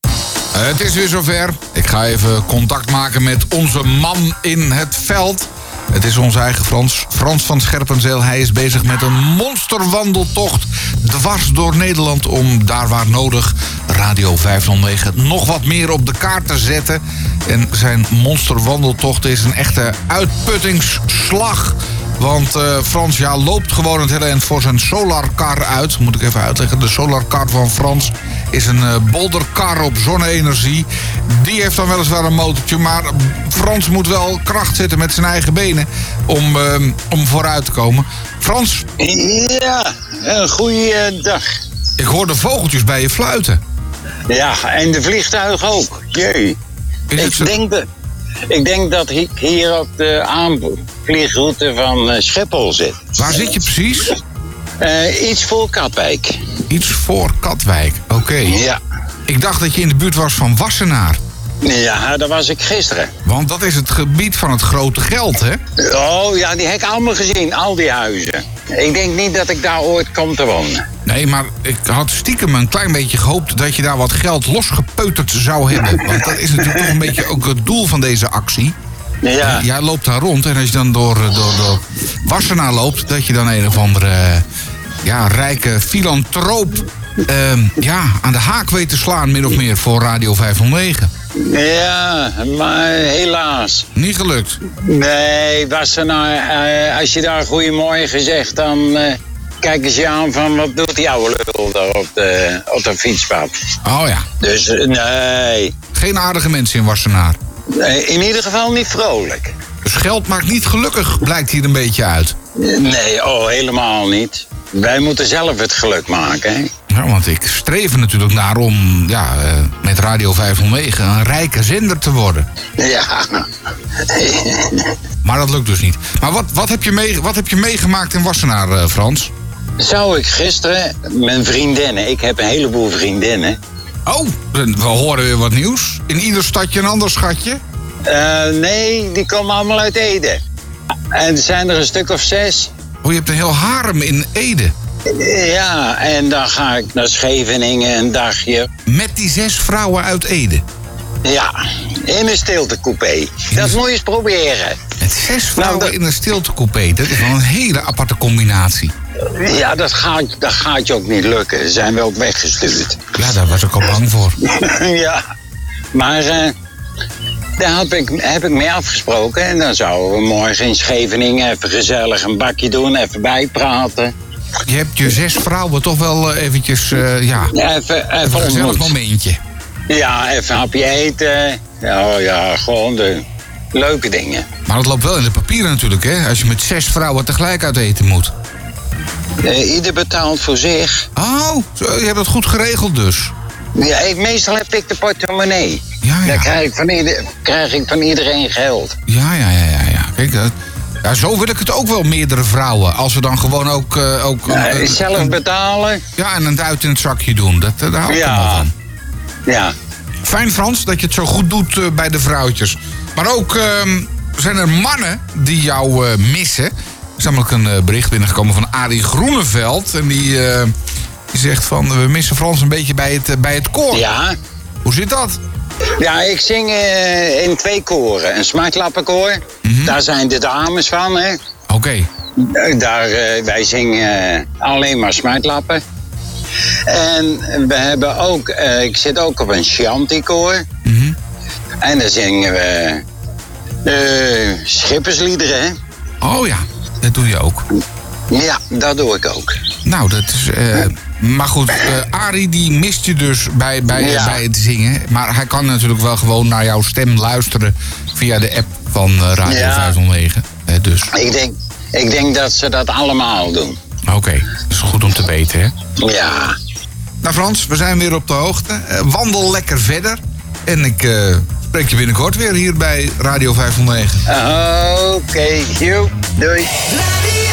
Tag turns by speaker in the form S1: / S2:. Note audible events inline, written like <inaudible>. S1: Eh, Het is weer zover. Ik ga even contact maken met onze man in het veld. Het is onze eigen Frans, Frans van Scherpenzeel. Hij is bezig met een monsterwandeltocht dwars door Nederland... om daar waar nodig Radio 509 nog wat meer op de kaart te zetten. En zijn monsterwandeltocht is een echte uitputtingsslag... Want eh, Frans ja, loopt gewoon het hele eind voor zijn solarkar uit. Moet ik even uitleggen. De solarkar van Frans is een eh, bolderkar op zonne-energie. Die heeft dan weliswaar een motortje. Maar Frans moet wel kracht zetten met zijn eigen benen om, eh, om vooruit te komen. Frans,
S2: Ja, een goede dag.
S1: ik hoor de vogeltjes bij je fluiten.
S2: Ja, en de vliegtuigen ook. Jee.
S1: Is het zo-
S2: Ik denk, dat, ik denk dat ik hier op de aanvliegroute van eh, Schiphol zit.
S1: Waar zit je precies?
S2: Eh, iets voor Katwijk.
S1: Iets voor Katwijk. Oké.
S2: Ja.
S1: Ik dacht dat je in de buurt was van Wassenaar.
S2: ja, daar was ik gisteren.
S1: Want dat is het gebied van het grote geld, hè?
S2: Oh ja, die heb ik allemaal gezien, al die huizen. Ik denk niet dat ik daar ooit kom te wonen.
S1: Nee, maar ik had stiekem een klein beetje gehoopt dat je daar wat geld losgepeuterd zou hebben. Want dat is natuurlijk toch een beetje ook het doel van deze actie.
S2: Ja,
S1: Jij loopt daar rond en als je dan door, eh, door, door Wassenaar loopt, dat je dan een of andere eh, ja, rijke filantroop ehm, ja, aan de haak weet te slaan, min of meer, voor Radio 509.
S2: ja maar helaas.
S1: Niet gelukt.
S2: Nee, Wassenaar, eh, als je daar goeiemorgen zegt, dan eh, kijken ze je aan van wat doet die oude lul daar op de, op de fietspad.
S1: Oh ja,
S2: Dus eh, nee,
S1: geen aardige mensen in Wassenaar.
S2: Eh, in ieder geval niet vrolijk.
S1: Dus geld maakt niet gelukkig, blijkt hier een beetje uit.
S2: Eh, Nee, oh, helemaal niet. Wij moeten zelf het geluk maken. Hè?
S1: Ja, want ik streef er natuurlijk naar om ja, eh, met Radio 509 een rijke zender te worden.
S2: Ja.
S1: Maar dat lukt dus niet. Maar wat, wat, heb, je mee, wat heb je meegemaakt in Wassenaar, eh, Frans?
S2: Zou ik gisteren mijn vriendinnen, ik heb een heleboel vriendinnen.
S1: Oh, we horen weer wat nieuws. In ieder stadje een ander schatje.
S2: Eh, nee, die komen allemaal uit Ede. En er zijn er een stuk of zes.
S1: Oh, je hebt een heel harem in Ede.
S2: Ja, en dan ga ik naar Scheveningen een dagje.
S1: Met die zes vrouwen uit Ede.
S2: Ja, in een stiltecoupé. Dat moet je eens proberen.
S1: Met zes vrouwen
S2: dat-
S1: in een stiltecoupé. Dat is wel een hele aparte combinatie.
S2: Ja, dat gaat, dat gaat je ook niet lukken. Zijn we ook weggestuurd.
S1: Ja, daar was ik al bang voor.
S2: <laughs> ja, maar eh, daar heb ik, heb ik mee afgesproken. En dan zouden we morgen in Scheveningen even gezellig een bakje doen. Even bijpraten.
S1: Je hebt je zes vrouwen toch wel eh, eventjes, eh, ja,
S2: Even,
S1: een
S2: even
S1: gezellig
S2: ontmoet.
S1: momentje.
S2: Ja, even een hapje eten. Ja, ja, gewoon de leuke dingen.
S1: Maar dat loopt wel in de papieren natuurlijk, hè? Als je met zes vrouwen tegelijk uit eten moet.
S2: Eh, ieder betaalt voor zich.
S1: Oh, zo, je hebt dat goed geregeld dus.
S2: Ja, ik, meestal heb ik de portemonnee.
S1: Ja, ja.
S2: Dan krijg ik, van ieder, krijg ik van iedereen geld.
S1: Ja, ja, ja, ja. ja. Kijk, dat, ja, zo wil ik het ook wel, meerdere vrouwen. Als we dan gewoon ook... eh, ook
S2: Ja,
S1: eh,
S2: zelf
S1: een-
S2: betalen.
S1: ja, en een duit in het zakje doen. Dat, eh, daar hou ik
S2: Ja.
S1: allemaal van.
S2: Ja.
S1: Fijn, Frans, dat je het zo goed doet eh, bij de vrouwtjes. Maar ook ehm, zijn er mannen die jou eh, missen. Er is namelijk een eh, bericht binnengekomen van Arie Groeneveld. En die, eh, die zegt van, we missen Frans een beetje bij het, eh, bij het koor.
S2: Ja.
S1: Hoe zit dat?
S2: ja, ik zing eh, in twee koren. Een smartlappenkoor.
S1: Mhm.
S2: Daar zijn de dames van. Hè.
S1: Oké.
S2: Eh, Daar, eh, wij zingen eh, alleen maar smartlappen. En we hebben ook, eh, ik zit ook op een shantykoor.
S1: Mhm.
S2: En dan zingen we eh, schippersliederen. Hè.
S1: Oh ja, dat doe je ook.
S2: Ja, dat doe ik ook.
S1: Nou, dat is... eh, maar goed, eh Arie die mist je dus bij, bij,
S2: Ja.
S1: bij het zingen. Maar hij kan natuurlijk wel gewoon naar jouw stem luisteren... via de app van eh, Radio
S2: Ja.
S1: 509. Eh, dus,
S2: Ik denk, ik denk dat ze dat allemaal doen.
S1: oké. Dat is goed om te weten, hè?
S2: Ja.
S1: Nou Frans, we zijn weer op de hoogte. Eh, wandel lekker verder. En ik eh, spreek je binnenkort weer hier bij Radio 509.
S2: Oké, Joe. Doei.
S3: Radio